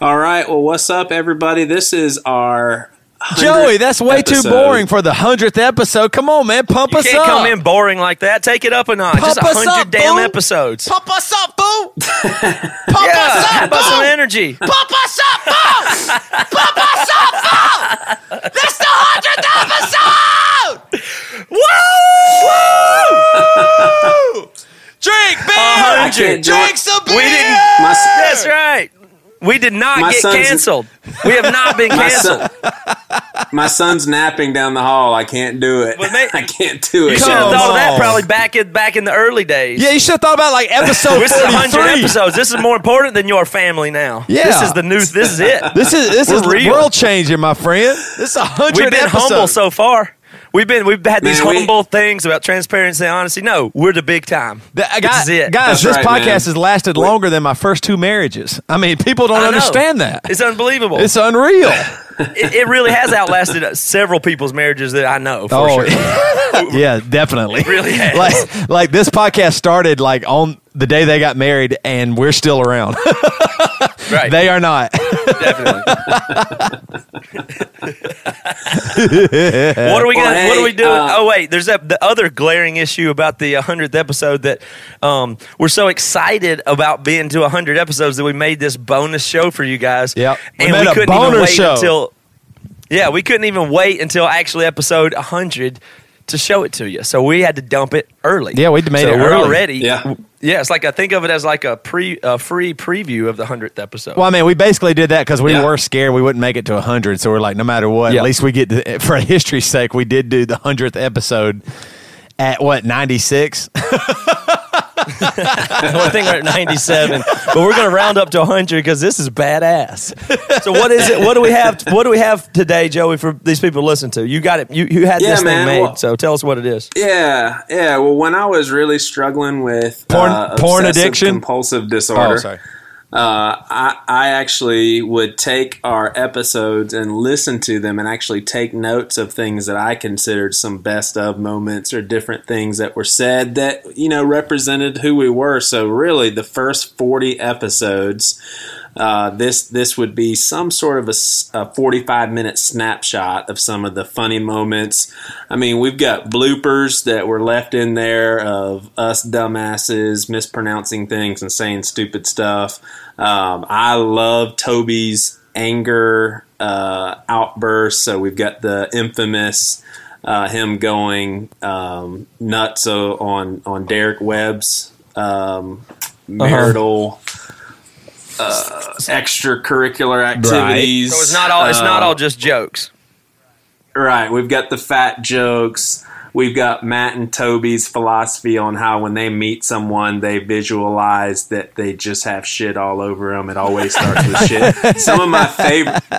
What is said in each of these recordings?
All right. Well, what's up, everybody? This is our 100th Joey, that's way episode. too boring for the hundredth episode. Come on, man, pump You us can't up. come in boring like that. Take it up a notch. Pump Just a us up, hundred damn boo. episodes. Pump us up, boo! pump yeah, how about some energy? Pump us up, boo! pump us up, boo! That's the hundredth episode. Woo! Woo! Drink I beer. can't Hundred. do it. Drink some beer. Uh, We didn't- My, s- That's right. We did not My get son's- canceled. We have not been my, canceled. son, my son's napping down the hall. I can't do it. But mate, I can't do You it. should have Come thought of on. that probably back in back in the early days. yeah, you should have thought about like episode This is hundred forty-three. episodes. This is more important than your family now. Yeah. This is the new this is it. This is this We're is real. world changing, my friend. This is a hundred. We've been humble so far. We've been we've had these Man, we- humble things about transparency and honesty. No, we're the big time. The, I got- is it. Guys, this That's right, podcast man. has lasted longer than my first two marriages. I mean, people don't I know. understand that. It's unbelievable. It's unreal. it, it really has outlasted several people's marriages that I know for oh, sure. It yeah, definitely. really has. Like, like this podcast started like on the day they got married, and we're still around. right. they are not. definitely. what are we gonna, Well, hey, What are we doing? uh, oh wait, there's that the other glaring issue about the 100th episode that um, we're so excited about being to 100 episodes that we made this bonus show for you guys. Yep. We and we, made a couldn't boner even wait show. until. Yeah, we couldn't even wait until actually episode 100 to show it to you. So we had to dump it early. Yeah, we made So it we're early. already. Yeah. Yeah, it's like I think of it as like a pre a free preview of the 100th episode. Well, I mean, we basically did that because we Yeah. were scared we wouldn't make it to 100. So we're like, no matter what, Yeah. at least we get to, for history's sake, we did do the 100th episode at what, 96? I think we're at 97, but we're going to round up to 100 because this is badass. So what is it? What do we have? What do we have today, Joey? For these people to listen to, you got it. You you had Yeah, this man, thing made. well- so tell us what it is. Yeah, yeah. Well, when I was really struggling with Porn- uh, porn obsessive addiction? Oh, compulsive disorder, uh, I, I actually would take our episodes and listen to them and actually take notes of things that I considered some best of moments or different things that were said that, you know, represented who we were. So, really, the first 40 episodes. Uh, this this would be some sort of a, s- a 45 minute snapshot of some of the funny moments. I mean, we've got bloopers that were left in there of us dumbasses mispronouncing things and saying stupid stuff. Um, I love Toby's anger uh, outburst, so we've got the infamous. Uh, him going um, nuts uh, on on Derek Webb's um, marital extracurricular activities. So it's not all. It's Uh, not all just jokes. right. We've got the fat jokes. We've got Matt and Toby's philosophy on how when they meet someone, they visualize that they just have shit all over them. It always starts with shit. Some of my favorite.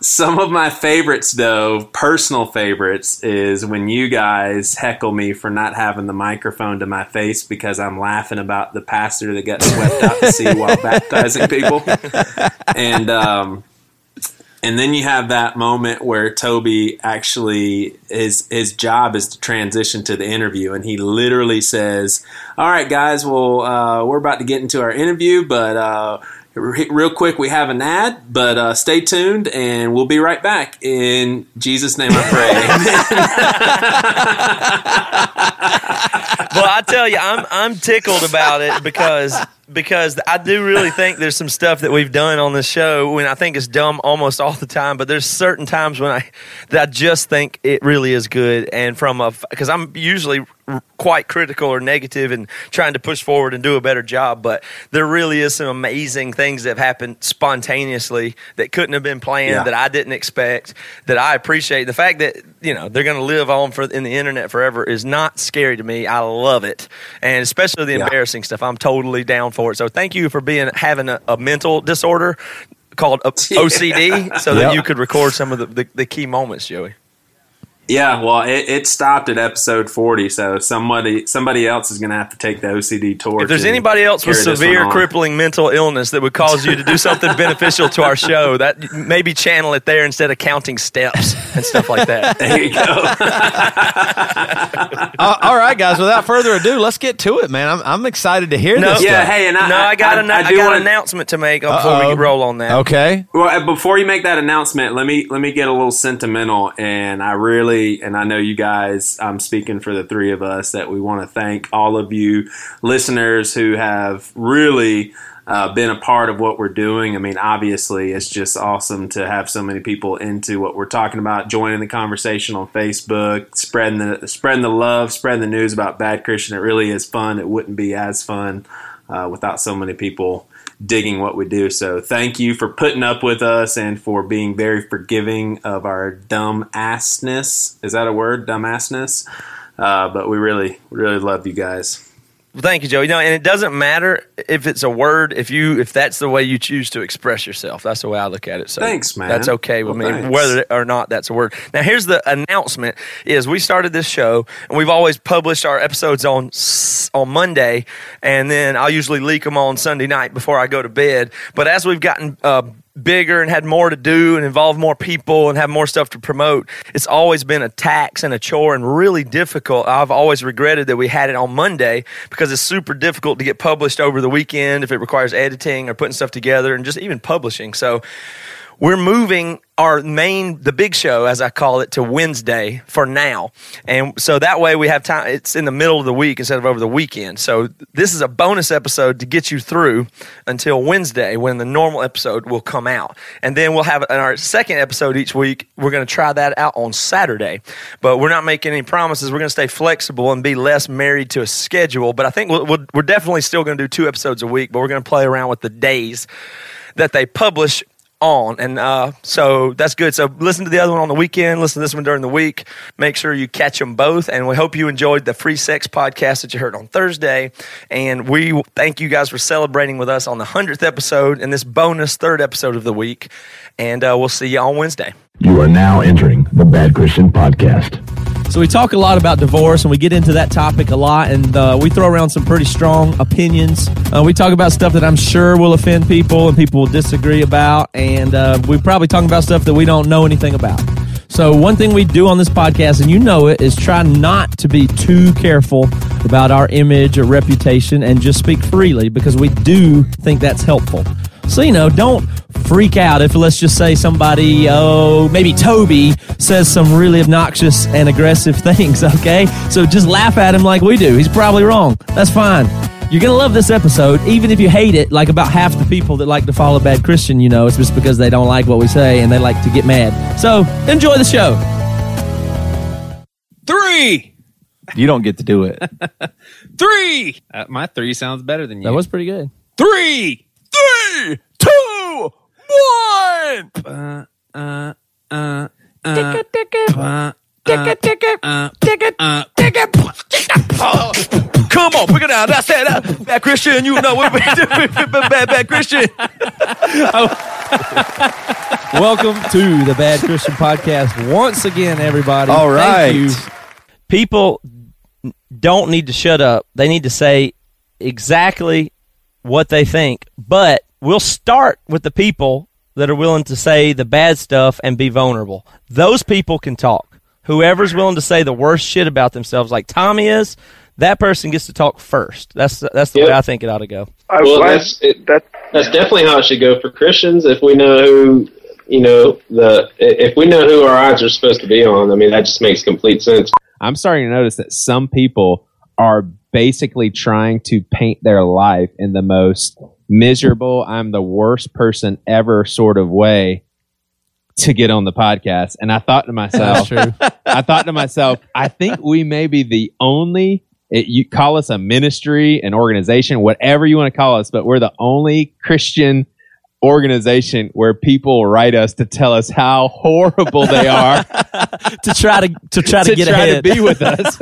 Some of my favorites, though, personal favorites, is when you guys heckle me for not having the microphone to my face because I'm laughing about the pastor that got swept out to sea while baptizing people. And um, and then you have that moment where Toby actually his his job is to transition to the interview, and he literally says, "All right, guys, well, uh, we're about to get into our interview, but uh, re- real quick, we have an ad, but uh, stay tuned, and we'll be right back." In Jesus' name, I pray. well, I tell you, I'm I'm tickled about it because because I do really think there's some stuff that we've done on this show when I think it's dumb almost all the time, but there's certain times when I that I just think it really is good and from a because I'm usually r- quite critical or negative and trying to push forward and do a better job, but there really is some amazing things that have happened spontaneously that couldn't have been planned Yeah. that I didn't expect that I appreciate the fact that you know they're going to live on for in the internet forever is not scary to me. I love it, and especially the Yeah. embarrassing stuff. I'm totally down for it. So thank you for being having a, a mental disorder called uh, a- OCD, so that Yep. you could record some of the, the, the key moments, Joey. Yeah, well, it, it stopped at episode forty, so somebody somebody else is going to have to take the OCD torch. If there's and anybody else with carry this severe one on. crippling mental illness that would cause you to do something beneficial to our show, that maybe channel it there instead of counting steps and stuff like that. there you go. Uh, all right, guys. Without further ado, let's get to it, man. I'm, I'm excited to hear No, this. Yeah, stuff. hey, and I, no, I got, an, I do got wanna- an announcement to make uh, before we Uh-oh. roll on that. Okay. Well, uh, before you make that announcement, let me let me get a little sentimental, and I really and I know you guys. I'm speaking for the three of us that we want to thank all of you listeners who have really uh, been a part of what we're doing. I mean, obviously, it's just awesome to have so many people into what we're talking about, joining the conversation on Facebook, spreading the spreading the love, spreading the news about Bad Christian. It really is fun. It wouldn't be as fun uh, without so many people digging what we do. So thank you for putting up with us and for being very forgiving of our dumb assness. Is that a word? Dumb assness. Uh, but we really, really love you guys. Thank you, Joey. No, and it doesn't matter if it's a word. If you if that's the way you choose to express yourself, that's the way I look at it. So Thanks, man. That's okay with Well, me, thanks. whether or not that's a word. Now, here's the announcement: is we started this show, and we've always published our episodes on s- on Monday, and then I'll usually leak them on Sunday night before I go to bed. But as we've gotten uh, bigger and had more to do and involve more people and have more stuff to promote. It's always been a tax and a chore and really difficult. I've always regretted that we had it on Monday because it's super difficult to get published over the weekend if it requires editing or putting stuff together and just even publishing. So we're moving our main the big show as i call it to wednesday for now and so that way we have time it's in the middle of the week instead of over the weekend so this is a bonus episode to get you through until wednesday when the normal episode will come out and then we'll have in our second episode each week we're going to try that out on saturday but we're not making any promises we're going to stay flexible and be less married to a schedule but i think we'll, we'll, we're definitely still going to do two episodes a week but we're going to play around with the days that they publish on. And uh, so that's good. So listen to the other one on the weekend, listen to this one during the week. Make sure you catch them both. And we hope you enjoyed the free sex podcast that you heard on Thursday. And we thank you guys for celebrating with us on the 100th episode and this bonus third episode of the week. And uh, we'll see you on Wednesday. You are now entering the Bad Christian Podcast. So we talk a lot about divorce, and we get into that topic a lot, and uh, we throw around some pretty strong opinions. Uh, we talk about stuff that I'm sure will offend people and people will disagree about, and uh, we probably talk about stuff that we don't know anything about. So one thing we do on this podcast, and you know it, is try not to be too careful about our image or reputation, and just speak freely because we do think that's helpful. So you know, don't freak out if let's just say somebody, oh, maybe Toby says some really obnoxious and aggressive things, okay? So just laugh at him like we do. He's probably wrong. That's fine. You're going to love this episode, even if you hate it. Like about half the people that like to follow Bad Christian, you know, it's just because they don't like what we say and they like to get mad. So enjoy the show. Three, You don't get to do it. three. Uh, my three sounds better than you. That was pretty good. three, three, two, one. Come on, pick it out. That's it. uh, That, that Christian, you know what we do. Bad, bad Christian. Welcome to the Bad Christian Podcast once again, everybody. All right. Thank you. People don't need to shut up. They need to say exactly what they think. But we'll start with the people that are willing to say the bad stuff and be vulnerable. Those people can talk. Whoever's willing to say the worst shit about themselves, like Tommy is, that person gets to talk first. That's that's the way Yep. I think it ought to go. I well, well, that's it, that that's definitely how it should go for Christians. If we know who you know the if we know who our eyes are supposed to be on, I mean that just makes complete sense. I'm starting to notice that some people are basically trying to paint their life in the most miserable, I'm the worst person ever sort of way to get on the podcast. And I thought to myself, true. I thought to myself, I think we may be the only. It, you call us a ministry, an organization, whatever you want to call us, but we're the only Christian organization where people write us to tell us how horrible they are to try to to try to, to get try ahead. to be with us.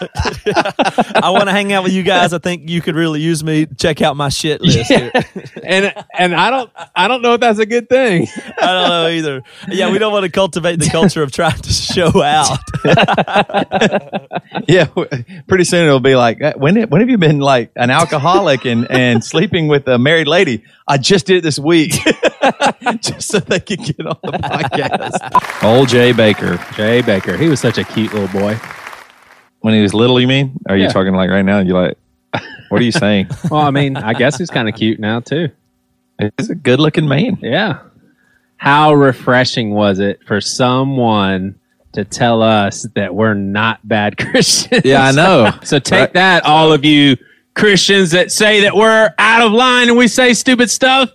I want to hang out with you guys. I think you could really use me. Check out my shit list. here. and and I don't I don't know if that's a good thing. I don't know either. Yeah, we don't want to cultivate the culture of trying to show out. yeah, w- pretty soon it'll be like, "Uh, when when have you been like an alcoholic and and sleeping with a married lady? I just did it this week, just so they could get on the podcast. Old Jay Baker, Jay Baker, he was such a cute little boy. when he was little, you mean? Are you Yeah. talking like right now? You like, what are you saying? Well, I mean, I guess he's kind of cute now too. He's a good looking man. Yeah. How refreshing was it for someone to tell us that we're not bad Christians? Yeah, I know. So take Right. that, all of you Christians that say that we're out of line and we say stupid stuff.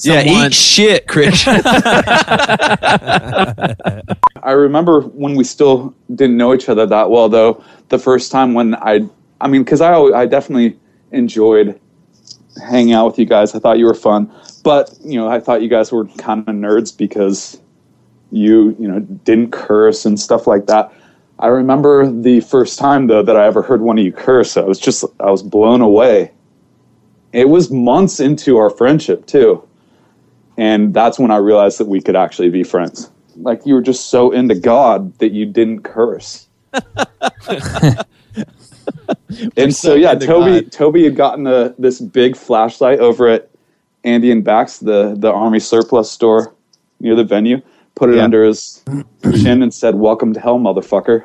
Yeah, Someone- eat shit, Christian. I remember when we still didn't know each other that well, though. The first time when I, I mean, because I, always, I definitely enjoyed hanging out with you guys. I thought you were fun, but you know, I thought you guys were kind of nerds because you, you know, didn't curse and stuff like that. I remember the first time though that I ever heard one of you curse. I was just, I was blown away. It was months into our friendship too, and that's when I realized that we could actually be friends like you were just so into God that you didn't curse. and so yeah, into Toby Toby had gotten a, this big flashlight over at Andy and Bax, the the army surplus store near the venue, put it Yeah. under his chin and said, "Welcome to hell, motherfucker."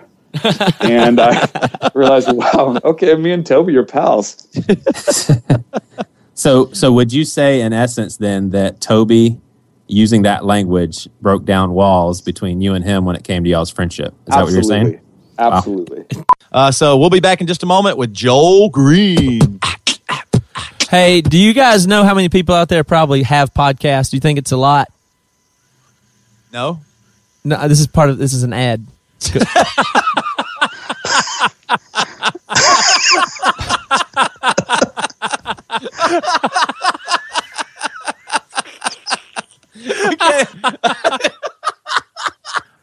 and I realized, wow, okay, me and Toby are pals. So, so would you say, in essence, then that Toby, using that language, broke down walls between you and him when it came to y'all's friendship? Is that what you're saying? Absolutely. uh, so we'll be back in just a moment with Joel Green. Hey, do you guys know how many people out there probably have podcasts? Do you think it's a lot? No, No, this is part of this is an ad.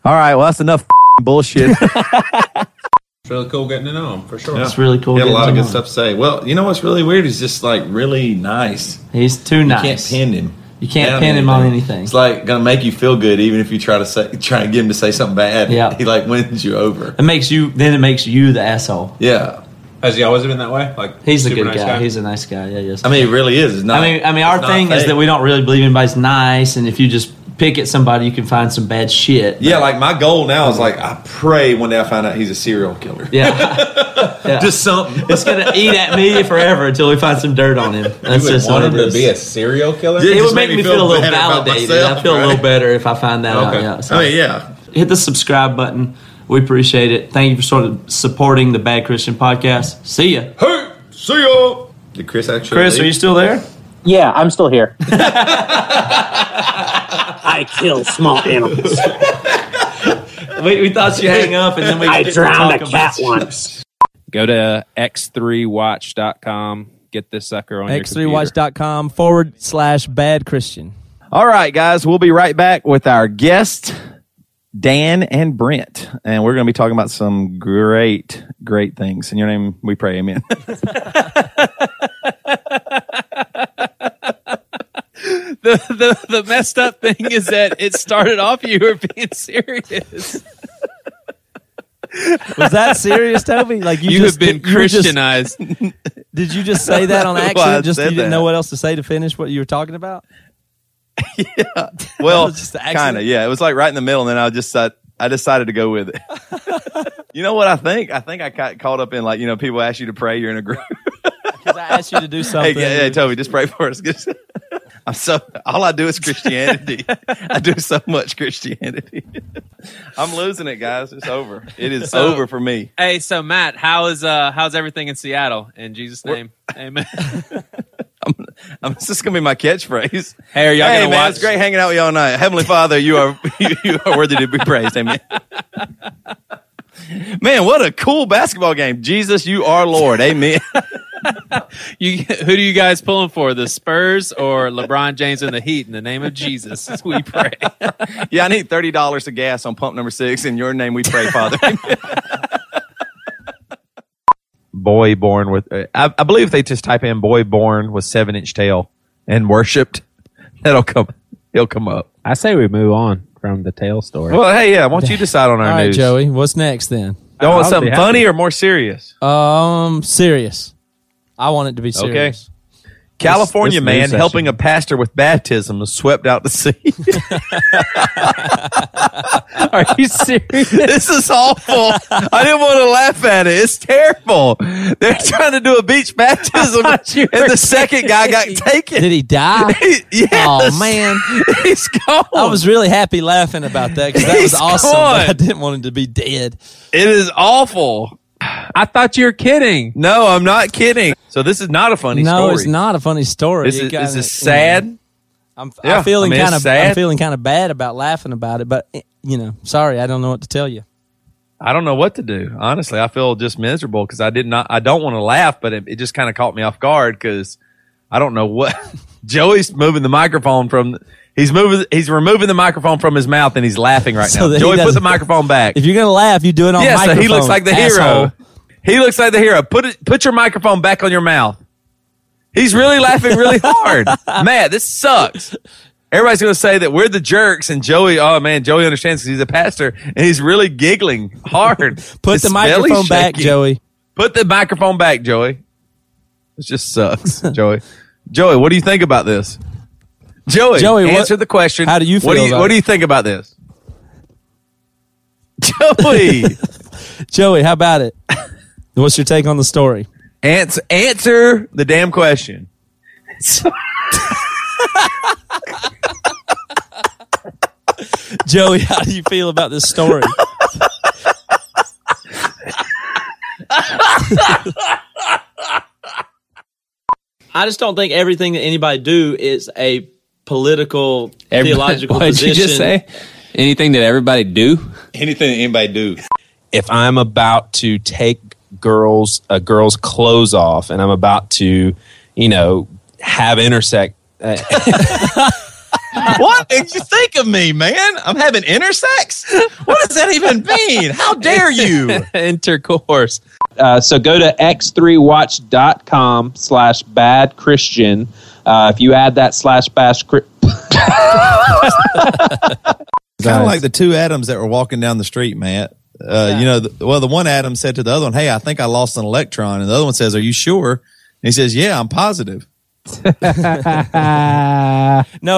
all right. Well, that's enough bullshit. It's really cool getting to know him for sure. It's really cool. He had a getting lot to of know good him. stuff to say. Well, you know what's really weird? He's just like really nice. He's too You nice. can't pin him. You can't down pin him on anything. It's like gonna make you feel good even if you try to say try to get him to say something bad. Yeah. He like wins you over. it makes you then it makes you the asshole. Yeah. Has he always been that way? Like He's a good guy. He's a nice guy. Yeah, yes. I mean, he really is. It's not, I mean, I mean, our it's not thing is fake. that we don't really believe anybody's nice, and if you just pick at somebody, you can find some bad shit. Yeah, like my goal now is like I pray one day I find out he's a serial killer. Yeah, Just something. it's gonna eat at me forever until we find some dirt on him. That's just what it is. serial killer? it would make me feel, a little validated. I feel a little better if I find that out. Yeah, so- I mean, yeah. hit the subscribe button. We appreciate it. Thank you for sort of supporting the Bad Christian Podcast. See ya. Hey, see ya. Did Chris actually? Chris, leave? are you still there? Yeah, I'm still here. I kill small animals. We, we thought you hang up and then we get to talk about you. once. Go to x3watch.com. Get this sucker on your computer. X3watch.com forward slash bad Christian. All right, guys, we'll be right back with our guest, Dan and Brent. And we're going to be talking about some great, great things. In your name, we pray. Amen. the, the, the messed up thing is that it started off you were being serious. Was that serious, Toby? Like you, You, just have been you were just- Christianized. did you just say that on I accident? just said you didn't that. know what else to say to finish what you were talking about. well, was just an kind of. accident. Yeah, it was like right in the middle. And then I just uh, I decided to go with it. you know what I think? I think I got caught up in like, you know, people ask you to pray. You're in a group. Because I asked you to do hey, something. yeah, hey, Toby, just pray for us. I'm so all I do is Christianity. I do so much Christianity. I'm losing it, guys. It's over. It is So- over for me. hey, so Matt, how is uh how's everything in Seattle? In Jesus' name, amen. I'm, this is gonna be my catchphrase. Hey, are y'all hey gonna man, watch? it's great hanging out with y'all tonight. Heavenly Father, you are you, you are worthy to be praised. Amen. Man, what a cool basketball game. Jesus, you are Lord. Amen. You, who do you guys pulling for? The Spurs or LeBron James and the Heat? In the name of Jesus, we pray. yeah, I need thirty dollars of gas on pump number six. In your name, we pray, Father. boy born with uh, I, I believe if they just type in boy born with seven inch tail and worshipped that'll come he'll come up I say we move on from the tail story. well hey yeah why don't you decide on All our right, news Joey. Joey, what's next then? you want something funny or more serious Um, serious. I want it to be Okay. serious. California This- this man news helping a pastor with baptism was swept out to sea. Are you serious? This is awful. I didn't want to laugh at it. It's terrible. They're trying to do a beach baptism, and you were the second guy got taken. Did he die? yes. Oh man, he's gone. I was really happy laughing about that because that He's was awesome. gone. But I didn't want him to be dead. It is awful. I thought you were kidding. No, I'm not kidding. So this is not a funny no, story. it's not a funny story. This You is, gotta- this is sad. I'm, Yeah, I I'm feeling mean, it's kind of I'm sad. feeling kind of bad about laughing about it, but eh, you know, sorry, I don't know what to tell you. I don't know what to do. Honestly, I feel just miserable because I did not. I don't want to laugh, but it, it just kind of caught me off guard because I don't know what. Joey's moving the microphone from. He's moving. He's removing the microphone from his mouth and he's laughing right So now. that he Joey, put the doesn't- microphone back. If you're gonna laugh, you do it on yeah, so microphone. he looks like the asshole. hero. He looks like the hero. Put it. Put your microphone back on your mouth. He's really laughing really hard. Matt, this sucks. Everybody's going to say that we're the jerks, and Joey. Oh man, Joey understands because he's a pastor, and he's really giggling hard. Put His the belly microphone back, shaking. Joey. Put the microphone back, Joey. This just sucks, Joey. Joey, what do you think about this? Joey, Joey, what- answer the question. how do you What feel do you, about what do it? you think about this, Joey? Joey, how about it? What's your take on the story? Answer, answer the damn question. Joey, how do you feel about this story? I just don't think everything that anybody do is a political theological what did position. you just say? Anything that everybody do? Anything that anybody do. If I'm about to take girls a girl's clothes off and I'm about to, you know, have intersex uh, what did you think of me, man? I'm having intersex? What does that even mean? How dare you? intercourse. Uh, so go to x3watch.com slash bad Christian. Uh, if you add that slash bash, cri- kind of like the two Adams that were walking down the street, Matt. Uh, You know, the, well, the one Adam said to the other one, "Hey, I think I lost an electron," and the other one says, "Are you sure?" And he says, "Yeah, I'm positive." no,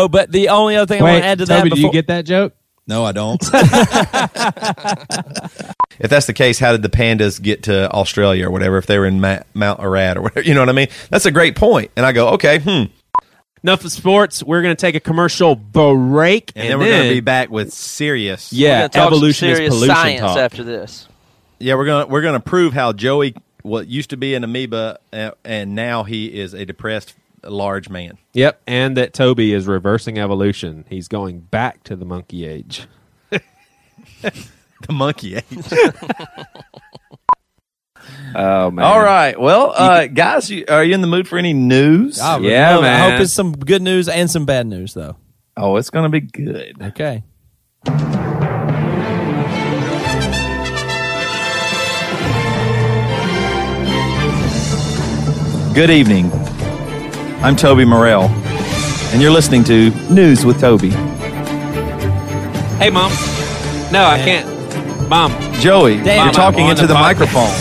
but the only other thing I want to add to that before that joke? No, I don't. if that's the case, how did the pandas get to Australia or whatever? If they were in Ma- Mount Ararat or whatever, you know what I mean? That's a great point. And I go, okay, hmm. Enough of sports. We're going to take a commercial break, And, then we're going to be back with serious. Yeah, We're gonna talk some evolution is serious pollution science talk. after this. Yeah, we're gonna we're gonna prove how Joey, what used to be an amoeba, uh, and now he is a depressed large man. Yep, and that Toby is reversing evolution. He's going back to the monkey age. The monkey age. Oh man! All right, well, uh, guys, you, are you in the mood for any news? I would love- I hope it's some good news and some bad news though. Oh, it's gonna be good. Okay. Good evening. I'm Toby Morrell, and you're listening to News with Toby. Hey, mom. No, I can't. Mom, Joey, Damn, you're I'm talking on into the the podcast.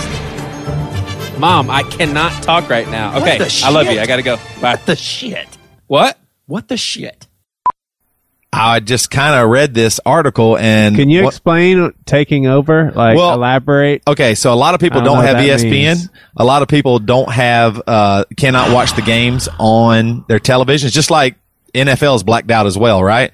microphone. mom, I cannot talk right now. What Okay, the I love shit? you. I gotta go. Bye. What the shit? What? What the shit? I just kind of read this article, and Can you what- explain taking over? Like Well, elaborate? Okay, so a lot of people I don't, don't know have E what that ESPN. means. A lot of people don't have uh, cannot watch the games on their televisions, just like NFL's blacked out as well, right?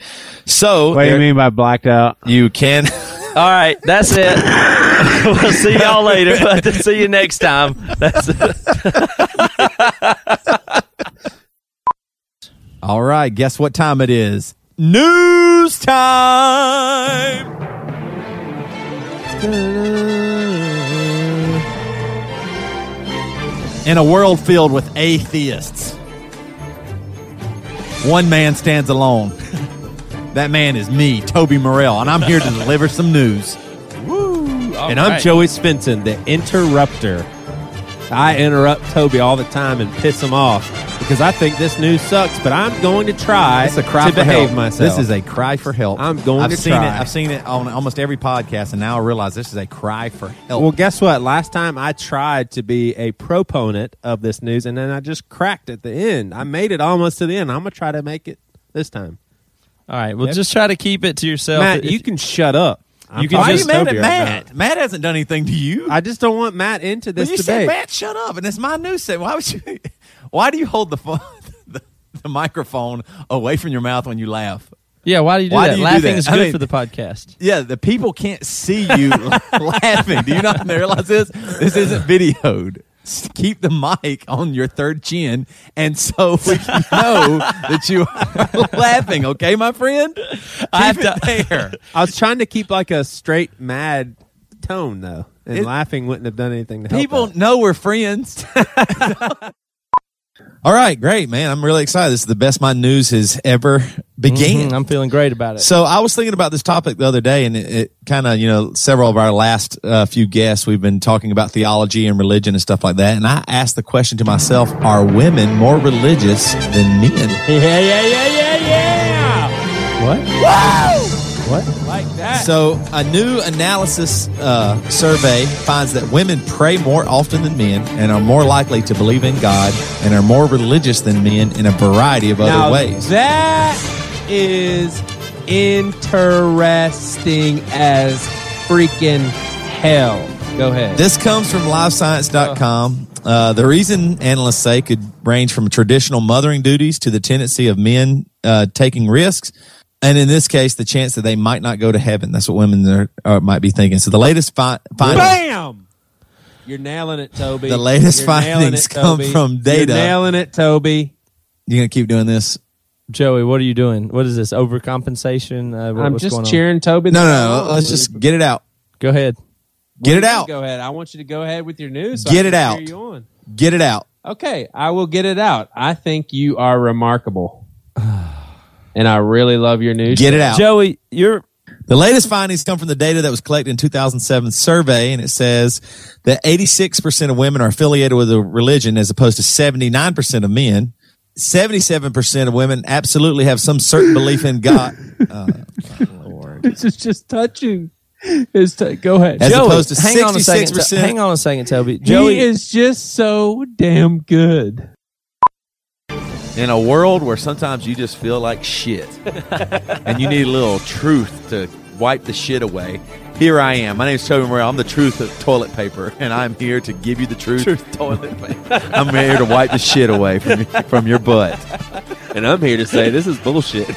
So What do you there- mean by blacked out? You can. All right, that's it. we'll see y'all later. see you next time. That's All right, guess what time it is? News time. In a world filled with atheists, one man stands alone. that man is me, Toby Morell, and I'm here to deliver some news. and I'm right. Joey Spenton, the interrupter. I interrupt Toby all the time and piss him off because I think this news sucks, but I'm going to try It's a cry to for behave help. myself. This is a cry for help. I'm going I've to seen try. it. I've seen it on almost every podcast, and now I realize this is a cry for help. Well, guess what? Last time I tried to be a proponent of this news, and then I just cracked at the end. I made it almost to the end. I'm gonna try to make it this time. All right. Well, just try to keep it to yourself. Matt, If- you can shut up. You can just- Why are you mad Toby at right Matt? Matt hasn't done anything to you. I just don't want Matt into Well, this you said, debate. Matt, shut up, and it's my news segment. Why would you? Why do you hold the phone, the, the microphone away from your mouth when you laugh? yeah. Why do you do Why that? do you do Laughing that? is I good mean- for the podcast. Yeah, the people can't see you laughing. Do you not realize this? This isn't videoed. S- Keep the mic on your third chin, and so we can know that you are laughing. Okay, my friend. I have to there. I was trying to keep like a straight mad tone though, and It- laughing wouldn't have done anything to help. People know we're friends. All right, great, man. I'm really excited. This is the best my news has ever began. Mhm, I'm feeling great about it. So I was thinking about this topic the other day, and it, it kind of, you know, several of our last uh, few guests, we've been talking about theology and religion and stuff like that. And I asked the question to myself: Are women more religious than men? Yeah, yeah, yeah, yeah, yeah. What? What? Like that. So, a new analysis uh, survey finds that women pray more often than men and are more likely to believe in God and are more religious than men in a variety of other now, ways. That is interesting as freaking hell. Go ahead. This comes from LifeScience.com. Uh, the reason analysts say could range from traditional mothering duties to the tendency of men uh, taking risks, and in this case, the chance that they might not go to heaven. That's what women are, are, might be thinking. So the latest fi- findings. Bam! You're nailing it, Toby. The latest You're nailing findings it, come Toby. from data. You're nailing it, Toby. You gonna keep doing this, Joey? What are you doing? What is this overcompensation? Uh, what- I'm what's just going on? cheering Toby No, no, no. Let's just get it out. Go ahead. Get it out. Go ahead. I want you to go ahead with your news. so I Get it can out. cheer you on. Get it out. Okay, I will get it out. I think you are remarkable. and I really love your news. Get it out. Joey, you're. The latest findings come from the data that was collected in 2007 survey, and it says that 86% of women are affiliated with a religion as opposed to 79% of men. 77% of women absolutely have some certain belief in God. Oh, This is just touching. It's go ahead. As Joey, opposed to hang on a second. 66%. Hang on a second, Toby. Joey is just so damn good. In a world where sometimes you just feel like shit and you need a little truth to wipe the shit away, here I am. My name is Toby Morrell. I'm the truth of toilet paper, and I'm here to give you the truth. toilet paper. I'm here to wipe the shit away from, from your butt. And I'm here to say this is bullshit.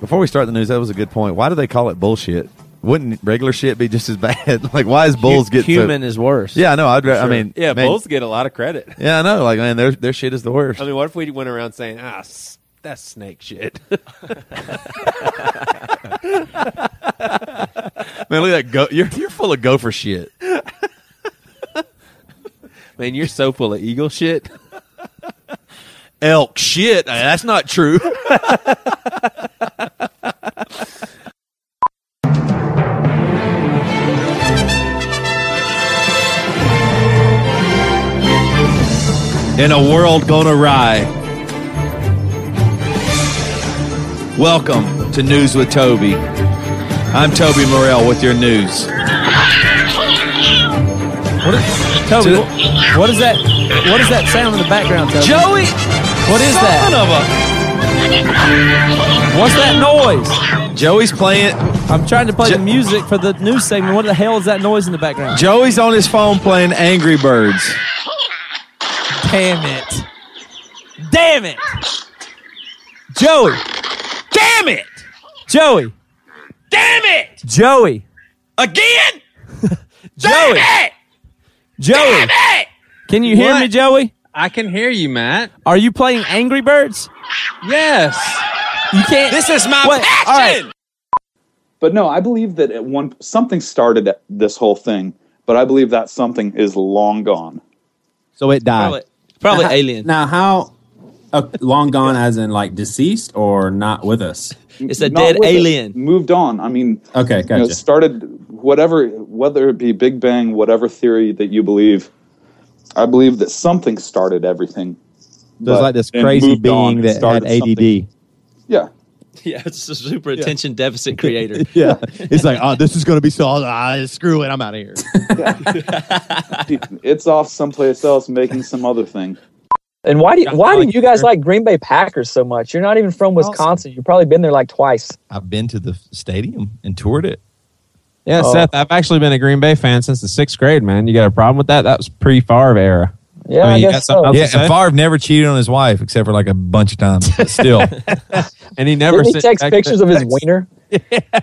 Before we start the news, that was a good point. Why do they call it bullshit? Wouldn't regular shit be just as bad? like, why is bulls get so- human is worse. Yeah, I know. I'd ra- I mean, yeah, man- bulls get a lot of credit. Yeah, I know. Like, man, their their shit is the worst. I mean, what if we went around saying, ah, s- that's snake shit? Man, look at that. Go- you're you're full of gopher shit. Man, you're so full of eagle shit. Elk shit. Uh, That's not true. In a world gone awry. Welcome to News with Toby. I'm Toby Morell with your news. What is, Toby, wh- what is that? What is that sound in the background, Toby? Joey, what is that? What's that noise? Joey's playing. I'm trying to play the music for the news segment. What the hell is that noise in the background? Joey's on his phone playing Angry Birds. Damn it! Damn it! Joey! Damn it! Joey! Damn it! Joey! Again? Joey! Joey! Can you hear What? me, Joey? I can hear you, Matt. Are you playing Angry Birds? Yes. You can't. This is my Wait, all right. passion. But no, I believe that at one something started at this whole thing, but I believe that something is long gone. So it died. Probably- probably now, alien. Now, how uh, long gone, as in like deceased or not with us? It's a Not dead with us. alien. Moved on. I mean, Okay, you know, gotcha. started whatever whether it be Big Bang, whatever theory that you believe. I believe that something started everything. So it's but- like this and crazy moved being on and that had started ADD. something. Yeah. Yeah, it's a super attention deficit creator. yeah, it's like, oh, this is going to be so. Ah, screw it, I'm out of here. It's off someplace else making some other thing. And why do you, why do you guys like Green Bay Packers so much? You're not even from Wisconsin. You've probably been there like twice. I've been to the stadium and toured it. Yeah, Oh. Seth, I've actually been a Green Bay fan since the sixth grade, man. You got a problem with that? That was pre Favre era. Yeah, I you guess got something so. else to Yeah, say? and Favre never cheated on his wife except for like a bunch of times, but still. and he Didn't he text pictures of his wiener?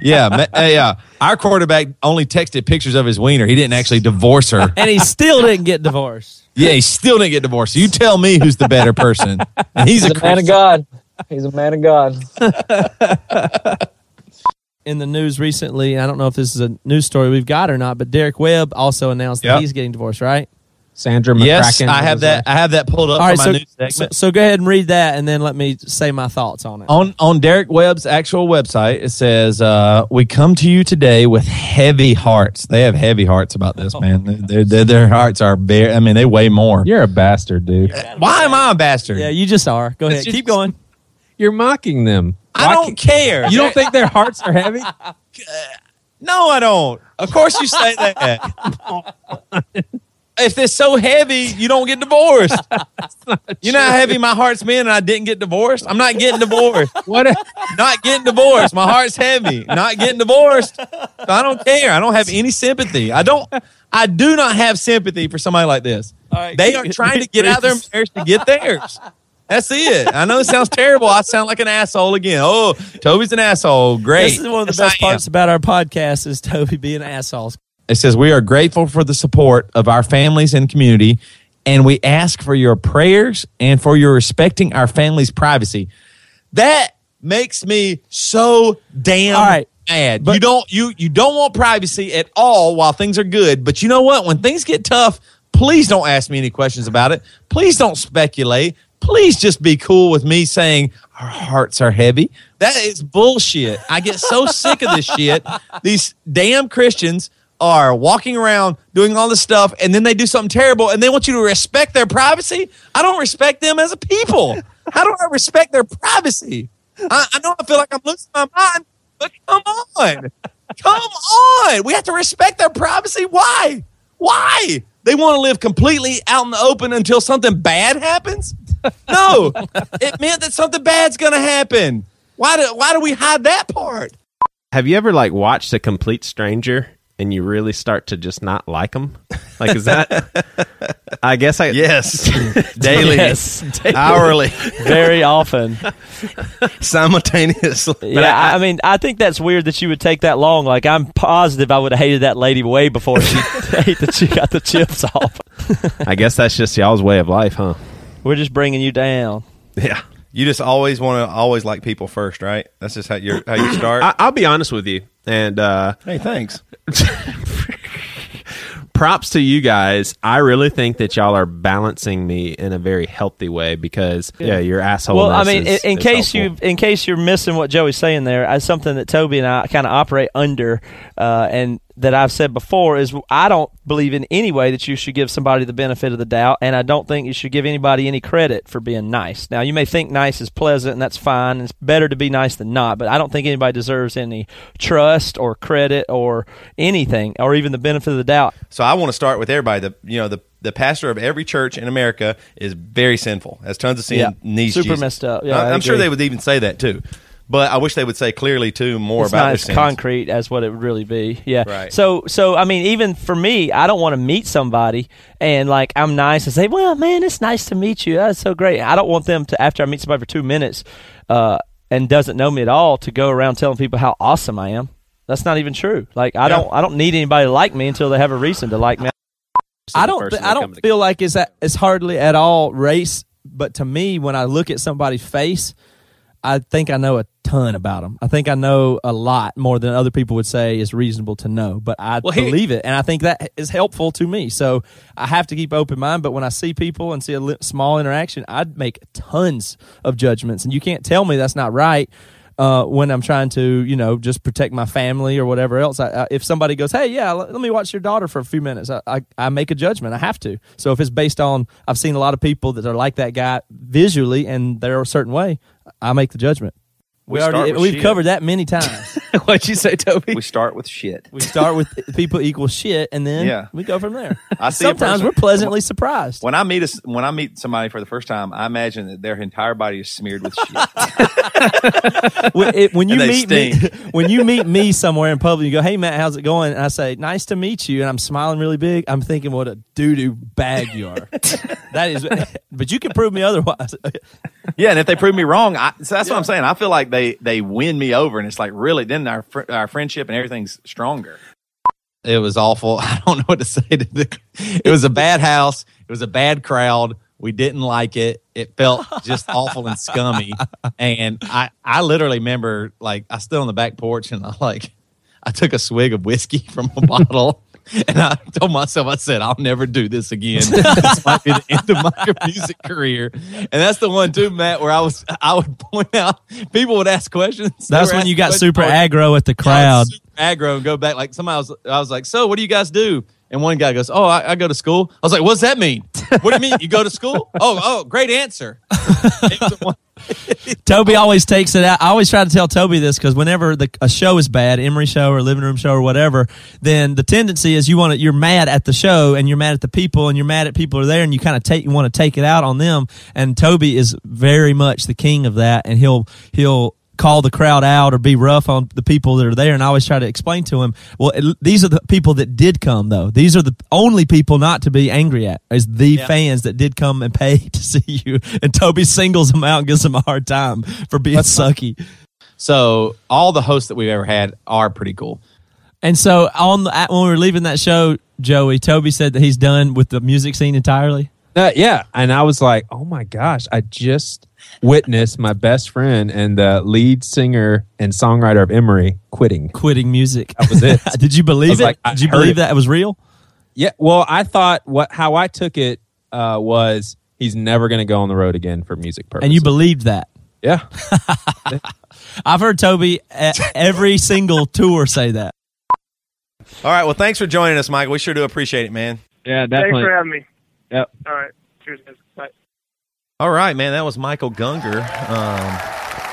yeah, ma- uh, yeah. Our quarterback only texted pictures of his wiener. He didn't actually divorce her. and he still didn't get divorced. Yeah, he still didn't get divorced. You tell me who's the better person. And he's, He's a, a man of God. He's a man of God. in the news recently. I don't know if this is a news story we've got or not, but Derek Webb also announced Yep. that he's getting divorced, right? Sandra McCracken. Yes, I have that. I have that pulled up on my so, news segment. so so go ahead and read that, and then let me say my thoughts on it. On on Derek Webb's actual website, it says, uh, "We come to you today with heavy hearts." They have heavy hearts about this, Oh. man. Their- their- their hearts are bare. I mean, they weigh more. You're a bastard, dude. Why am I a bastard? Yeah, you just are. Go ahead, keep going. You're mocking them. I don't care. You don't think their hearts are heavy? No, I don't. Of course, you say that. if they're so heavy, you don't get divorced. you know how heavy my heart's been, and I didn't get divorced. I'm not getting divorced. what? Not getting divorced. My heart's heavy. Not getting divorced. So I don't care. I don't have any sympathy. I don't. I do not have sympathy for somebody like this. they are trying to get out of their marriage to get theirs. That's it. I know it sounds terrible. I sound like an asshole again. Oh, Toby's an asshole. Great. This is one of the Yes, best I am. parts about our podcast is Toby being assholes. It says, We are grateful for the support of our families and community, and we ask for your prayers and for your respecting our family's privacy. That makes me so damn mad. you don't you you don't want privacy at all while things are good. But you know what? When things get tough, please don't ask me any questions about it. Please don't speculate. Please just be cool with me saying our hearts are heavy. That is bullshit. I get so sick of this shit. These damn Christians are walking around doing all this stuff and then they do something terrible and they want you to respect their privacy. I don't respect them as a people. How do I respect their privacy? I, I know I feel like I'm losing my mind, but come on. Come on. We have to respect their privacy. Why? Why? They want to live completely out in the open until something bad happens? No. it meant that something bad's going to happen. Why do, why do we hide that part? Have you ever like watched a complete stranger and you really start to just not like them? Like is that? I guess I yes Daily. Yes, daily. Hourly. Very often. Simultaneously. But Yeah, I, I mean, I think that's weird that you would take that long. Like, I'm positive I would have hated that lady way before she ate the, she got the chips off. I guess that's just y'all's way of life, huh? We're just bringing you down. Yeah. You just always want to always like people first, right? That's just how you how you start. I, I'll be honest with you, and uh, hey, thanks. props to you guys. I really think that y'all are balancing me in a very healthy way because yeah, your asshole. Well, I I mean, is, in- in is case helpful. you- you in case you're missing what Joey's saying there, as something that Toby and I kind of operate under, uh, and that I've said before is I don't believe in any way that you should give somebody the benefit of the doubt, and I don't think you should give anybody any credit for being nice. Now, you may think nice is pleasant, and that's fine. It's better to be nice than not, but I don't think anybody deserves any trust or credit or anything, or even the benefit of the doubt. So I want to start with everybody. The you know the the pastor of every church in America is very sinful. Has tons of sin. Yeah. Needs Super Jesus. messed up. Yeah, I- I I'm sure agree. they would even say that too. But I wish they would say clearly too more about not their as sins. concrete as what it would really be. Yeah. Right. So so I mean, even for me, I don't want to meet somebody and like I'm nice and say, "Well, man, it's nice to meet you. That's so great." I don't want them to after I meet somebody for two minutes uh, and doesn't know me at all to go around telling people how awesome I am. That's not even true. Like I don't I don't need anybody to like me until they have a reason to like me. I don't. Th- I don't feel like it's a- it's hardly at all race, but to me, when I look at somebody's face, I think I know a ton about them. I think I know a lot more than other people would say is reasonable to know, but I Well, here- believe it. And I think that is helpful to me. So I have to keep open mind. But when I see people and see a li- small interaction, I make tons of judgments. And you can't tell me that's not right. Uh, when I'm trying to, you know, just protect my family or whatever else. I, I, if somebody goes, "Hey, yeah, l- let me watch your daughter for a few minutes," I, I, I make a judgment. I have to. So if it's based on, I've seen a lot of people that are like that guy visually and they're a certain way. I make the judgment. We, We start already with we've shit. covered that many times. What'd you say, Toby? We start with shit. we start with people equal shit, and then Yeah. we go from there. I see a Sometimes person- we're pleasantly surprised. When I meet a, when I meet somebody for the first time, I imagine that their entire body is smeared with shit. Uh, when, it, when you And they meet me, when you meet me somewhere in public, you go, "Hey Matt, how's it going?" And I say, "Nice to meet you," and I'm smiling really big. I'm thinking, "What a doo doo bag you are." that is, but you can prove me otherwise. yeah, and if they prove me wrong, I, so that's what I'm saying. I feel like they they win me over, and it's like really then our fr- our friendship and everything's stronger. It was awful. I don't know what to say. To the, it was a bad house. It was a bad crowd. We didn't like it. It felt just awful and scummy. And I, I literally remember like I stood on the back porch and I like I took a swig of whiskey from a bottle and I told myself I said I'll never do this again. this might be the end of my music career. And that's the one too, Matt, where I was I would point out people would ask questions. They That's were when you asking got questions. super I would- aggro at the I crowd. was super aggro and go back. Like somebody was, I was like, so what do you guys do? And one guy goes, oh, I, I go to school. I was like, what's that mean? What do you mean you go to school? Oh, oh, great answer. Toby always takes it out. I always try to tell Toby this because whenever the, a show is bad, Emery show or living room show or whatever, then the tendency is you want to, you're mad at the show and you're mad at the people and you're mad at people are there and you kind of take you want to take it out on them. And Toby is very much the king of that, and he'll he'll call the crowd out or be rough on the people that are there and I always try to explain to him well it, these are the people that did come though these are the only people not to be angry at is the Yeah. fans that did come and pay to see you and Toby singles them out and gives them a hard time for being sucky So all the hosts that we've ever had are pretty cool. and so on the, at- when we were leaving that show Joey Toby said that he's done with the music scene entirely Uh, yeah, and I was like, "Oh my gosh, I just witnessed my best friend and the lead singer and songwriter of Emory quitting, quitting music." That was it. did you I believe was it like, I did you heard believe it. that it was real Yeah. Well, I thought what how I took it uh, was he's never going to go on the road again for music purposes. and you believed that yeah I've heard Toby at every single tour say that All right, well, thanks for joining us, Mike. We sure do appreciate it, man. Yeah, Thanks for having me. Yep. All right. Cheers. guys. Bye. All right, man. That was Michael Gunger. Um,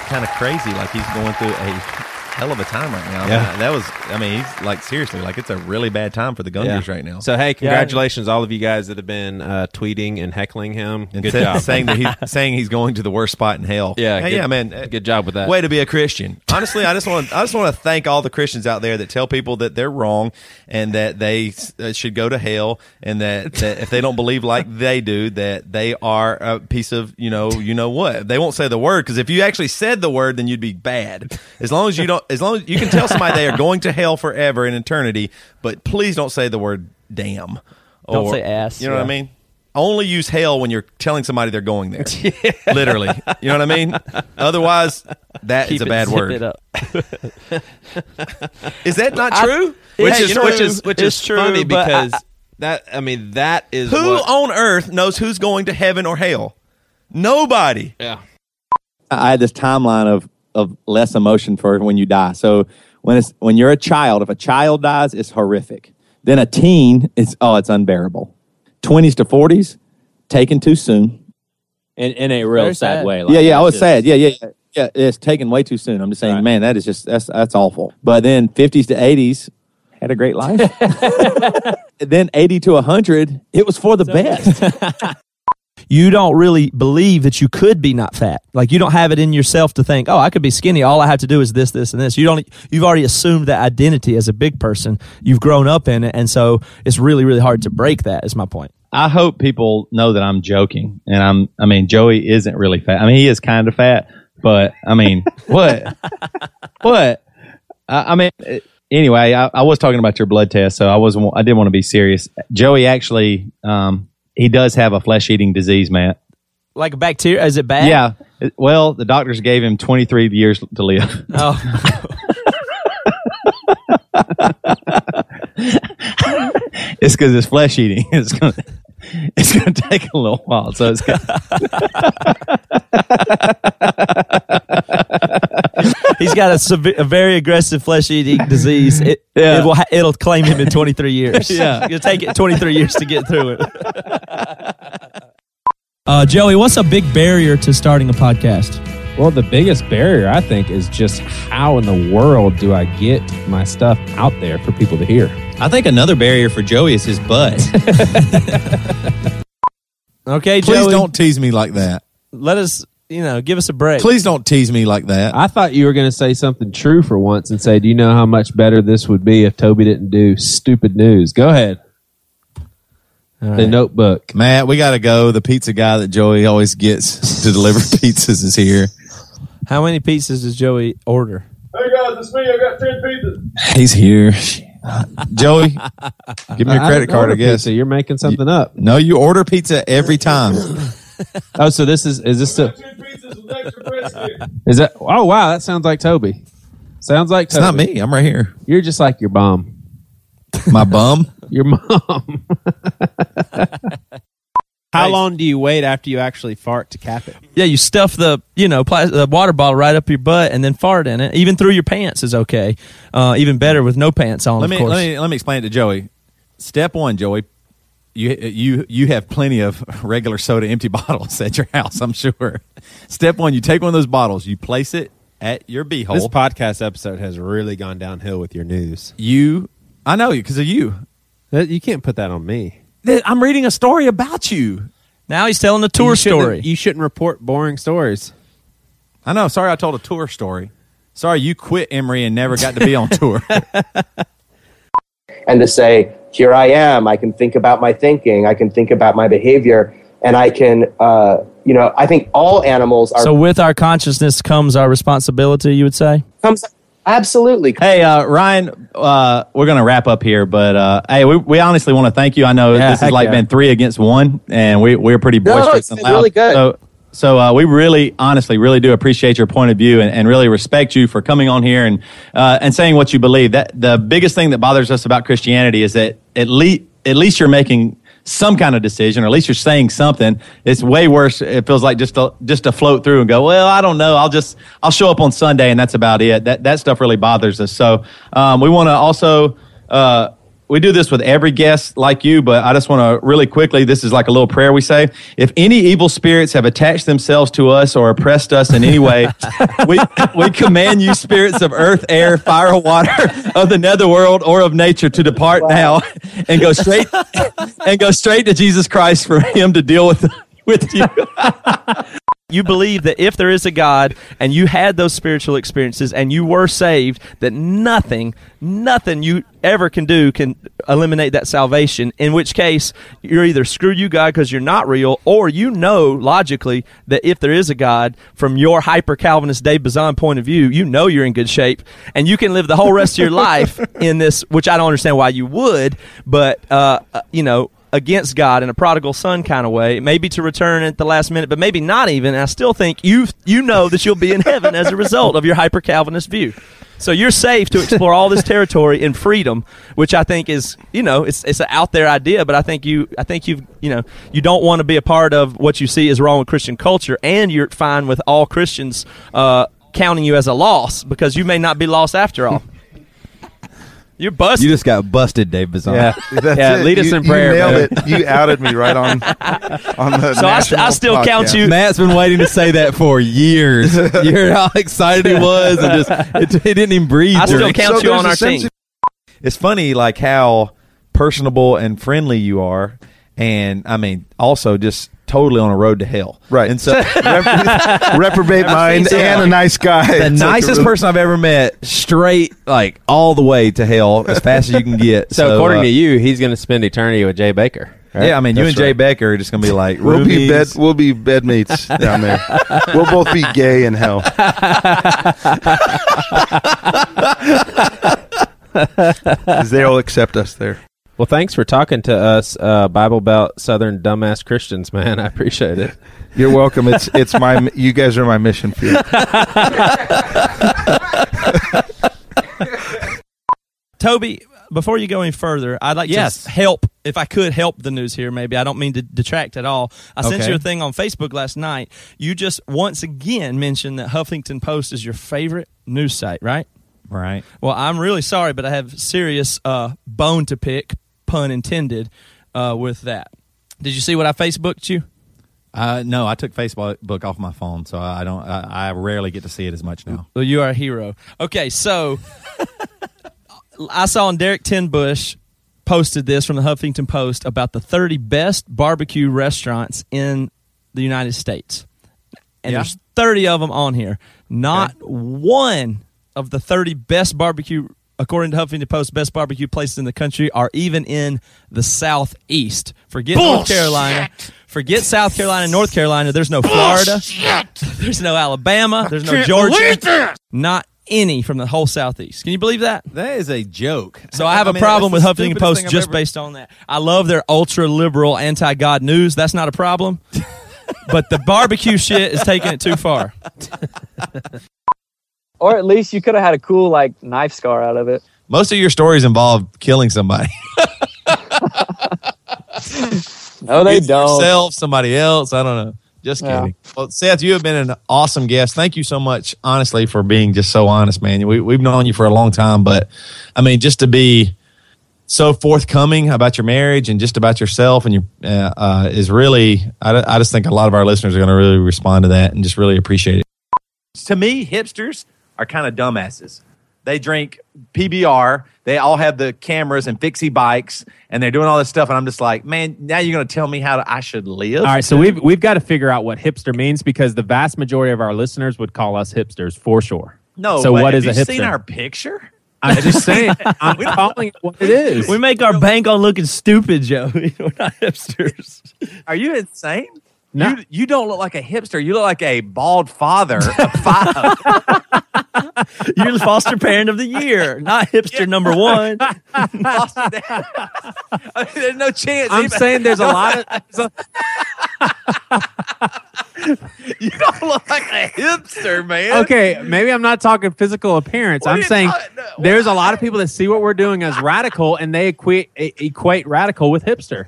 kind of crazy. Like he's going through a hell of a time right now. Yeah. That- That was. I mean, he's like seriously. Like it's a really bad time for the Gungers Yeah. right now. So hey, congratulations all of you guys that have been uh, tweeting and heckling him. And Good sa- job. saying that he's saying he's going to the worst spot in hell. Yeah, Hey, good- yeah, man. Good job with that. Way to be a Christian. Honestly, I just want I just want to thank all the Christians out there that tell people that they're wrong and that they uh, should go to hell and that, that if they don't believe like they do, that they are a piece of you know you know what. They won't say the word because if you actually said the word, then you'd be bad. As long as you don't, as long as you can tell somebody they are going to hell forever in eternity, but please don't say the word damn. Don't say ass, You know what I yeah. mean? Only use hell when you're telling somebody they're going there. Literally. You know what I mean? Otherwise, that is Keep a it- bad zip word. it up. Is that not I- true? which Hey, is you know which who- is which is funny because that I mean that is who what- on earth knows who's going to heaven or hell? Nobody. Yeah. I had this timeline of of less emotion for when you die. So when it's when you're a child, if a child dies, it's horrific. Then a teen, it's oh, it's unbearable. Twenties to forties, taken too soon. in, in a real Very sad, sad. way. yeah, yeah, I it's was just- sad. Yeah, yeah, yeah, yeah. It's taken way too soon. I'm just saying, man, that is just that's that's awful. But then fifties to eighties, had a great life. then eighty to hundred, it was for the best. you don't really believe that you could be not fat. Like you don't have it in yourself to think, oh, I could be skinny. All I have to do is this, this, and this. You don't. e, You've already assumed that identity as a big person. You've grown up in it, and so it's really, really hard to break that. Is my point. I hope people know that I'm joking, and I'm. I mean, Joey isn't really fat. I mean, he is kind of fat, but I mean, what? what? I I mean, eh, anyway, I, I was talking about your blood test, so I was. I didn't want to be serious. Joey actually, um, he does have a flesh eating disease, Matt. like bacteria? Is it Eh? bad? Yeah. It- Well, the doctors gave him 23 years to live. Oh, it's because it's flesh eating. It's gonna it's gonna take a little while. So it's gonna he's got a, severe, a very aggressive flesh eating disease. It, Yeah. it will ha- it'll claim him in 23 years. Yeah. It'll take it 23 years to get through it. Uh, Joey, what's a big barrier to starting a podcast? Well, the biggest barrier, I think, is just how in the world do I get my stuff out there for people to hear? I think another barrier for Joey is his butt. Okay, Please Joey. don't tease me like that. Let us, you know, give us a break. Please don't tease me like that. I thought you were going to say something true for once and say, "Do you know how much better this would be if Toby didn't do stupid news?" Go ahead. The notebook. Matt, we got to go. The pizza guy that Joey always gets to deliver pizzas is here. How many pizzas does Joey order? Hey guys, it's me. I got ten pizzas. He's here. Joey, give me I your credit didn't card, order I guess. pizza. You're making something up. No, you order pizza every time. oh, so this is is this a, is that? Oh wow, that sounds like Toby. Sounds like It's not Toby. me. I'm right here. You're just like your mom. My bum. Your mom. How long do you wait after you actually fart to cap it? Yeah, you stuff the you know plas- the water bottle right up your butt and then fart in it. Even through your pants is okay. Uh, even better with no pants on. let of me course. let me let me explain it to Joey. Step one, Joey. You you you have plenty of regular soda empty bottles at your house, I'm sure. Step one, you take one of those bottles, you place it at your beehole. This podcast episode has really gone downhill with your news. You, I know you because of you. You can't put that on me. I'm reading a story about you. Now he's telling a tour You shouldn't- story. you shouldn't report boring stories. I know. Sorry, I told a tour story. Sorry, you quit Emory and never got to be on tour. and to say, here I am. I can think about my thinking. I can think about my behavior, and I can, uh, you know, I think all animals are. So with our consciousness comes our responsibility. You would say. comes absolutely. Hey, uh, Ryan, uh, we're going to wrap up here, but uh, hey, we, we honestly want to thank you. I know Yeah, this has heck like yeah. been three against one, and we we're pretty No, boisterous it's and been loud. really good. So, so uh, we really, honestly, really do appreciate your point of view and, and really respect you for coming on here and uh, and saying what you believe. That the biggest thing that bothers us about Christianity is that at least at least you're making some kind of decision, or at least you're saying something. It's way worse. It feels like just to just to float through and go. Well, I don't know. I'll just I'll show up on Sunday, and that's about it. That that stuff really bothers us. So um, we want to also. Uh, we do this with every guest like you, but I just want to really quickly. This is like a little prayer we say. If any evil spirits have attached themselves to us or oppressed us in any way, we, we command you, spirits of earth, air, fire, or water, of the netherworld or of nature, to depart now and go straight and go straight to Jesus Christ for Him to deal with with you. You believe that if there is a God and you had those spiritual experiences and you were saved, that nothing, nothing you ever can do can eliminate that salvation. In which case, you're either screw you, God, because you're not real, or you know logically that if there is a God, from your hyper Calvinist Dave Bazan point of view, you know you're in good shape and you can live the whole rest of your life in this, which I don't understand why you would, but, uh, uh, you know, against God in a prodigal son kind of way, maybe to return at the last minute, but maybe not even. And I still think you you know that you'll be in heaven as a result of your hyper Calvinist view. So you're safe to explore all this territory in freedom, which I think is you know it's it's an out there idea, but I think you I think you've you know you don't want to be a part of what you see is wrong with Christian culture, and you're fine with all Christians uh, counting you as a loss because you may not be lost after all. You're busted. You just got busted, Dave Bazan. Yeah. That's Yeah, it. lead us You- in prayer, You nailed man. it. You outed me right on. on the So I st- I national still count podcast. you- Matt's been waiting to say that for years. You heard how excited he was, and just it, it didn't even breathe. I still during- count you there's on a our sense team. of- it's funny like how personable and friendly you are and i mean also just totally on a road to hell right and so reprobate mind and a nice guy. the It's like a nicest really- person i've ever met straight like all the way to hell as fast as you can get So, according uh, to you, he's going to spend eternity with Jay Baker. right? yeah i mean you That's and jay right. becker are just gonna be like We'll be bed. roomies. We'll be bedmates down there. we'll both be gay in hell. They'll accept us there. Well, thanks for talking to us, uh, Bible Belt Southern dumbass Christians, man. I appreciate it. You're welcome. It's it's my you guys are my mission field. Toby, before you go any further, I'd like Yes. to help, if I could help the news here, maybe. I don't mean to detract at all. I sent Okay. you a thing on Facebook last night. You just once again mentioned that Huffington Post is your favorite news site, right? Right. Well, I'm really sorry, but I have serious uh, bone to pick, pun intended, uh, with that. Did you see what I Facebooked you? Uh, no, I took Facebook book off my phone, so I don't. I, I rarely get to see it as much now. Well, you are a hero. Okay, so I saw on Derek Tenbush posted this from the Huffington Post about the 30 best barbecue restaurants in the United States. And Yeah. there's 30 of them on here. Not one of the 30 best barbecue according to Huffington Post best barbecue places in the country are even in the southeast. Forget North Bullshit. Carolina. Forget South Carolina, North Carolina. There's no Florida. There's no Alabama. There's no can't believe Georgia. this. Not any from the whole Southeast. Can you believe that? That is a joke. So I have I a mean, problem with that's the Huffington stupidest Post thing I've just ever- based on that. I love their ultra liberal, anti God news. That's not a problem. but the barbecue shit is taking it too far. Or at least you could have had a cool like knife scar out of it. Most of your stories involve killing somebody. No, they Either don't. Yourself, somebody else. I don't know. Just Yeah. kidding. Well, Seth, you have been an awesome guest. Thank you so much, honestly, for being just so honest, man. We, we've known you for a long time, but I mean, just to be so forthcoming about your marriage and just about yourself and your uh, uh, is really. I, I just think a lot of our listeners are going to really respond to that and just really appreciate it. To me, hipsters are kind of dumbasses. They drink PBR. They all have the cameras and fixie bikes, and they're doing all this stuff. And I'm just like, man, now you're going to tell me how I should live. All right, so we've we've got to figure out what hipster means because the vast majority of our listeners would call us hipsters for sure. no. So but what have is a you hipster? Seen our picture? I'm just saying. I'm calling it what it is. We make our bank on looking stupid, Joey. We're not hipsters. Are you insane? No. You, you don't look like a hipster. You look like a bald father of five. You're the foster parent of the year, not hipster number one. I mean, there's no chance. I'm saying there's a lot of. you don't look like a hipster, man. Okay, maybe I'm not talking physical appearance. What are I'm you saying talking- there's a lot of people that see what we're doing as radical and they equate, e- equate radical with hipster.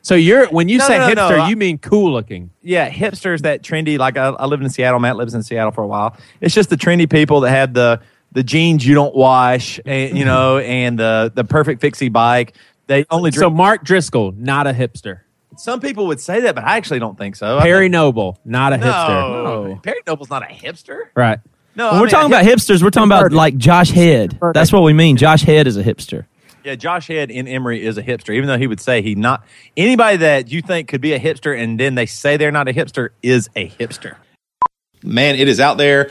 So you're when you No, say no, no, no, hipster, I- you mean cool looking. yeah, hipsters that trendy. Like I, I lived in Seattle. Matt lives in Seattle for a while. It's just the trendy people that have the the jeans you don't wash, and, you know, and the the perfect fixie bike. They only drink. So Mark Driscoll, not a hipster. some people would say that, but I actually don't think so. I Perry Noble, not a think- hipster. no, Perry Noble's not a hipster. Right. No, when I we're mean, talking a about hip- hipsters, we're talking about like Josh Head. That's what we mean. Josh Head is a hipster. Yeah, Josh Head in Emory is a hipster, even though he would say he not anybody that you think could be a hipster and then they say they're not a hipster is a hipster. Man, it is out there.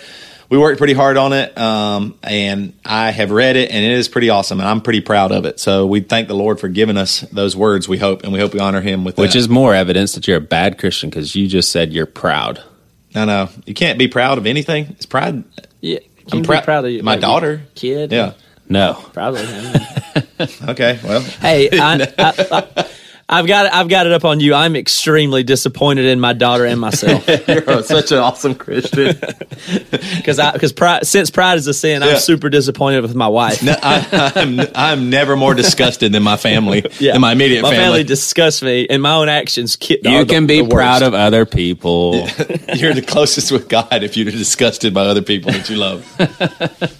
We worked pretty hard on it, um, and I have read it, and it is pretty awesome, and I'm pretty proud of it. So we thank the Lord for giving us those words. We hope, and we hope we honor Him with Which that. is more evidence that you're a bad Christian because you just said you're proud. I know you can't be proud of anything. It's pride. Yeah, I'm prou- My daughter, kid. Yeah. No. Probably. okay. Well. Hey, I, I, I, have got it. I've got it up on you. I'm extremely disappointed in my daughter and myself. You're such an awesome Christian. Because because pride, since pride is a sin, Yeah. I'm super disappointed with my wife. No, I, I'm, I'm never more disgusted than my family, than my immediate my family. disgusts me, and my own actions. Ki- You are the- can the be worst. proud of other people. You're the closest with God if you're disgusted by other people that you love.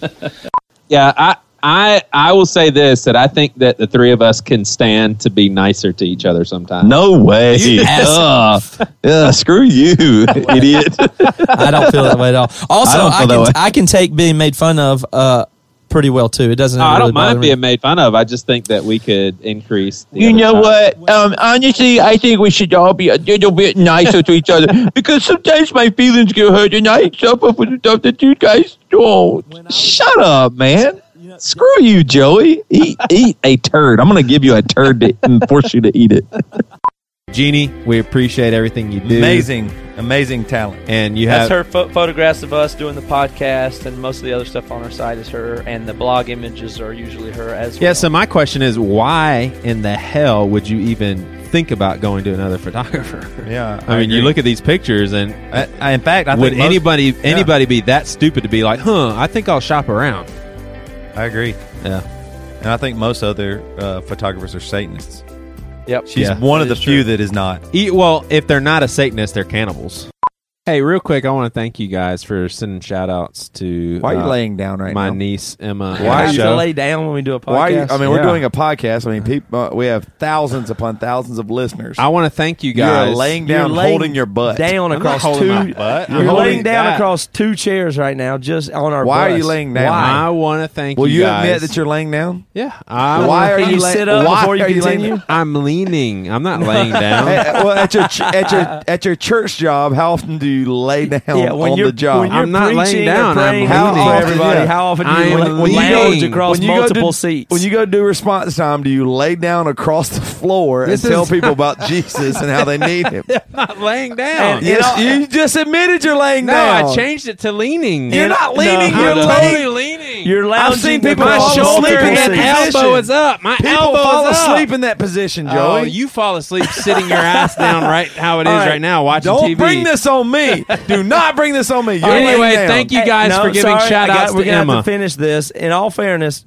Yeah, I I I will say this that I think that the three of us can stand to be nicer to each other sometimes. No way. You Ugh. Ugh, screw you, idiot. I don't feel that way at all. Also, don't feel I, that can, way. I can take being made fun of uh, pretty well too. It doesn't. No, Oh, I ever don't really bother mind me. being made fun of. I just think that we could increase. The You other know side. what? Um, honestly, I think we should all be a little bit nicer to each other because sometimes my feelings get hurt and I suffer for stuff that you guys don't. Shut up, man. Screw you, Joey. Eat, eat a turd. I'm going to give you a turd to and force you to eat it. Jeannie, we appreciate everything you do. Amazing, amazing talent. And you That's have her pho- photographs of us doing the podcast, and most of the other stuff on our site is her, and the blog images are usually her as well. Yeah, so my question is why in the hell would you even think about going to another photographer? Yeah. I, mean, you look at these pictures and uh, in fact, I think would most- anybody yeah. anybody be that stupid to be like, "Huh, I think I'll shop around." I agree. Yeah. And I think most other uh, photographers are Satanists. Yep. She's Yeah. one of That the is few true. that is not. Eat, well, if they're not a Satanist, they're cannibals. Hey, real quick, I want to thank you guys for sending shout outs to uh, Why are you laying down right my now? niece Emma. Why and are you- Joe. lay down when we do a Why? you- I mean, we're Yeah. doing a podcast. I mean, peop uh, we have thousands upon thousands of listeners. I want to thank you You're guys. laying down, holding your butt down I'm not across holding two. my butt. You're I'm holding laying down that. across two chairs right now, just on our. Why are bus. you laying down? Why? I want to thank Will you you guys. admit that you're laying down? Yeah. I Why wanna are thank you lay- why are you laying down? I'm leaning. I'm not laying down. Hey, well, at your ch- at your at your church job, how often do you lay down Yeah, when on you're- the job? when you're I'm not laying preaching or down, I'm praying How leaning. often- For everybody, how often do you I'm lay- when you leaning. go across when you go multiple to- When you go do response time, do you lay down across the floor This and tell is- people about Jesus and how they need him? not laying down. yes, you just admitted you're laying no, down. I changed it to leaning. You're not leaning. I'm you're totally laying. leaning. You're I've seen people fall asleep in that elbow is up. My people elbow fall is up. asleep in that position, Joey. Oh, you fall asleep sitting your ass down right how it is All right, now watching Don't TV. bring this on me. Do not bring this on me. You're Anyway, laying down. thank you guys No, for giving sorry, shout I got- outs We're to gonna Emma. have to finish this. In all fairness,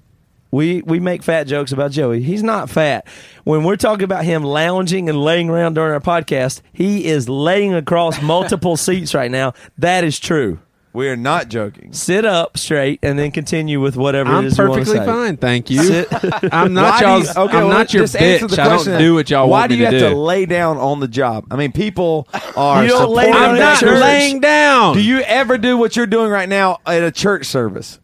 we we make fat jokes about Joey. He's not fat. When we're talking about him lounging and laying around during our podcast, he is laying across multiple seats right now. That is true. We are not joking. Sit up straight and then continue with whatever I'm it is you wanna perfectly say. fine, thank you. Sit- I'm not Why do y'all's- you- okay, I'm well, not your just answer bitch. the I don't question. do what y'all Why want do me you to do. have to lay down on the job? I mean, people are. You don't lay supporting down I'm the not church. laying down. Do you ever do what you're doing right now at a church service?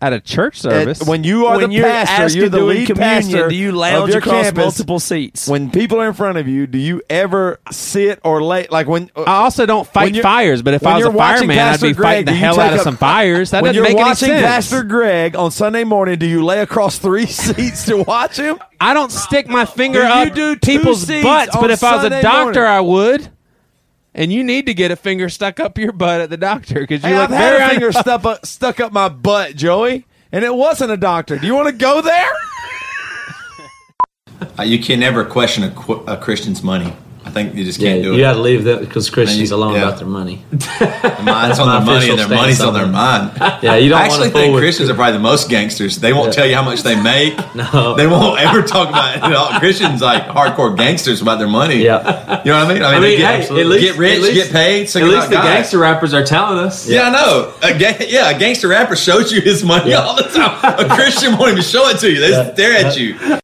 At a church service, At- when you are When the you're asked pastor, to you're the do lead communion, pastor. do you of lounge your across campus. multiple seats? When people are in front of you, do you ever sit or lay? Like when uh, I also don't when fight you're- fires, but if when I was a you're watching fireman, I'd Pastor be Greg, fighting the do you hell take out of up- some fires. That when doesn't you're make any watching sense. Pastor Greg on Sunday morning, do you lay across three seats to watch him? I don't stick my finger You up do two people's seats butts, on but if I was a Sunday doctor, morning. I would. And you need to get a finger stuck up your butt at the doctor because you Hey, look I've had very a finger un- stuck up, stuck up my butt, Joey, and it wasn't a doctor. Do you want to go there? Uh, you can never question a, qu- a Christian's money. I think you just can't Yeah, do it. you got to leave that because Christians you- alone yeah. about their money. Their mind's on my their money, official and their stance money's on on their that. mind. Yeah, you don't I actually wanna fool think with- Christians are probably the most gangsters. They won't Yeah. tell you how much they make. No. They won't ever talk about it at all. Christians like hardcore gangsters about their money. Yeah, you know what I mean. I mean, they hey, get, at least- get rich, at least- get paid. At sing least about the God. gangster rappers are telling us. Yeah, I know. A ga- yeah, a gangster rapper shows you his money all the time. A Christian won't even show it to you. They stare at you.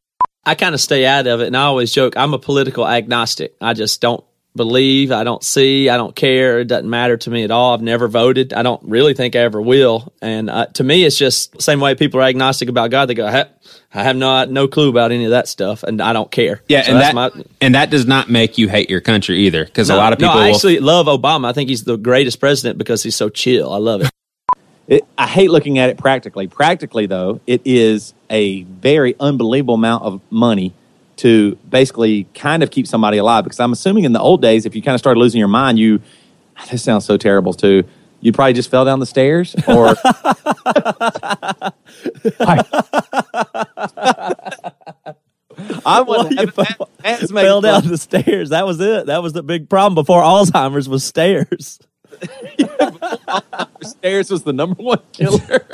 I kind of stay out of it, and I always joke I'm a political agnostic. I just don't believe, I don't see, I don't care. It doesn't matter to me at all. I've never voted. I don't really think I ever will. And uh, to me, it's just the same way people are agnostic about God. They go, "Heck, I have no no clue about any of that stuff, and I don't care. Yeah, So and that's that and that does not make you hate your country either, because a No, lot of people. No, I will- actually love Obama. I think he's the greatest president because he's so chill. I love it. It, I hate looking at it practically. Practically, though, it is a very unbelievable amount of money to basically kind of keep somebody alive. Because I'm assuming in the old days, if you kind of started losing your mind, you "Ah, this sounds so terrible too. You probably just fell down the stairs, or I was fell down the stairs. That was it. That was the big problem before Alzheimer's was stairs. stairs was the number one killer.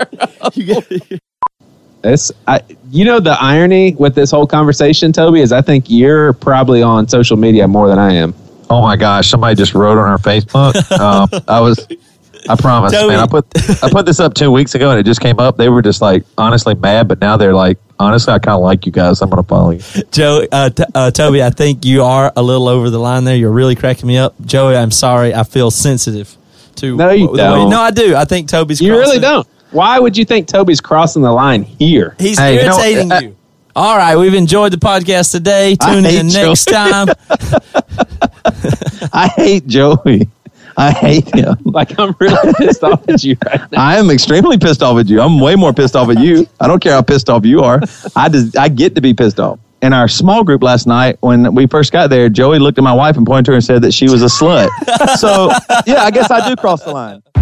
This, I, you know, the irony with this whole conversation, Toby, is I think you're probably on social media more than I am. Oh my gosh! Somebody just wrote on our Facebook. um, I was, I promise, man. I put I put this up two weeks ago, and it just came up. They were just like honestly mad, but now they're like, honestly, I kind of like you guys. I'm gonna follow you. Joe, uh, t- uh, Toby, I think you are a little over the line there. You're really cracking me up, Joey. I'm sorry. I feel sensitive to no, you don't. no, I do. I think Toby's. You really crossing- don't. Why would you think Toby's crossing the line here? He's irritating you. uh, All right, we've enjoyed the podcast today. I Tune hate in next Joey. time. I hate Joey. I hate him. Like I'm really pissed off at you right now. I am extremely pissed off at you. I'm way more pissed off at you. I don't care how pissed off you are. I just I get to be pissed off. in our small group last night when we first got there, Joey looked at my wife and pointed to her and said that she was a slut. so yeah, I guess I do cross the line.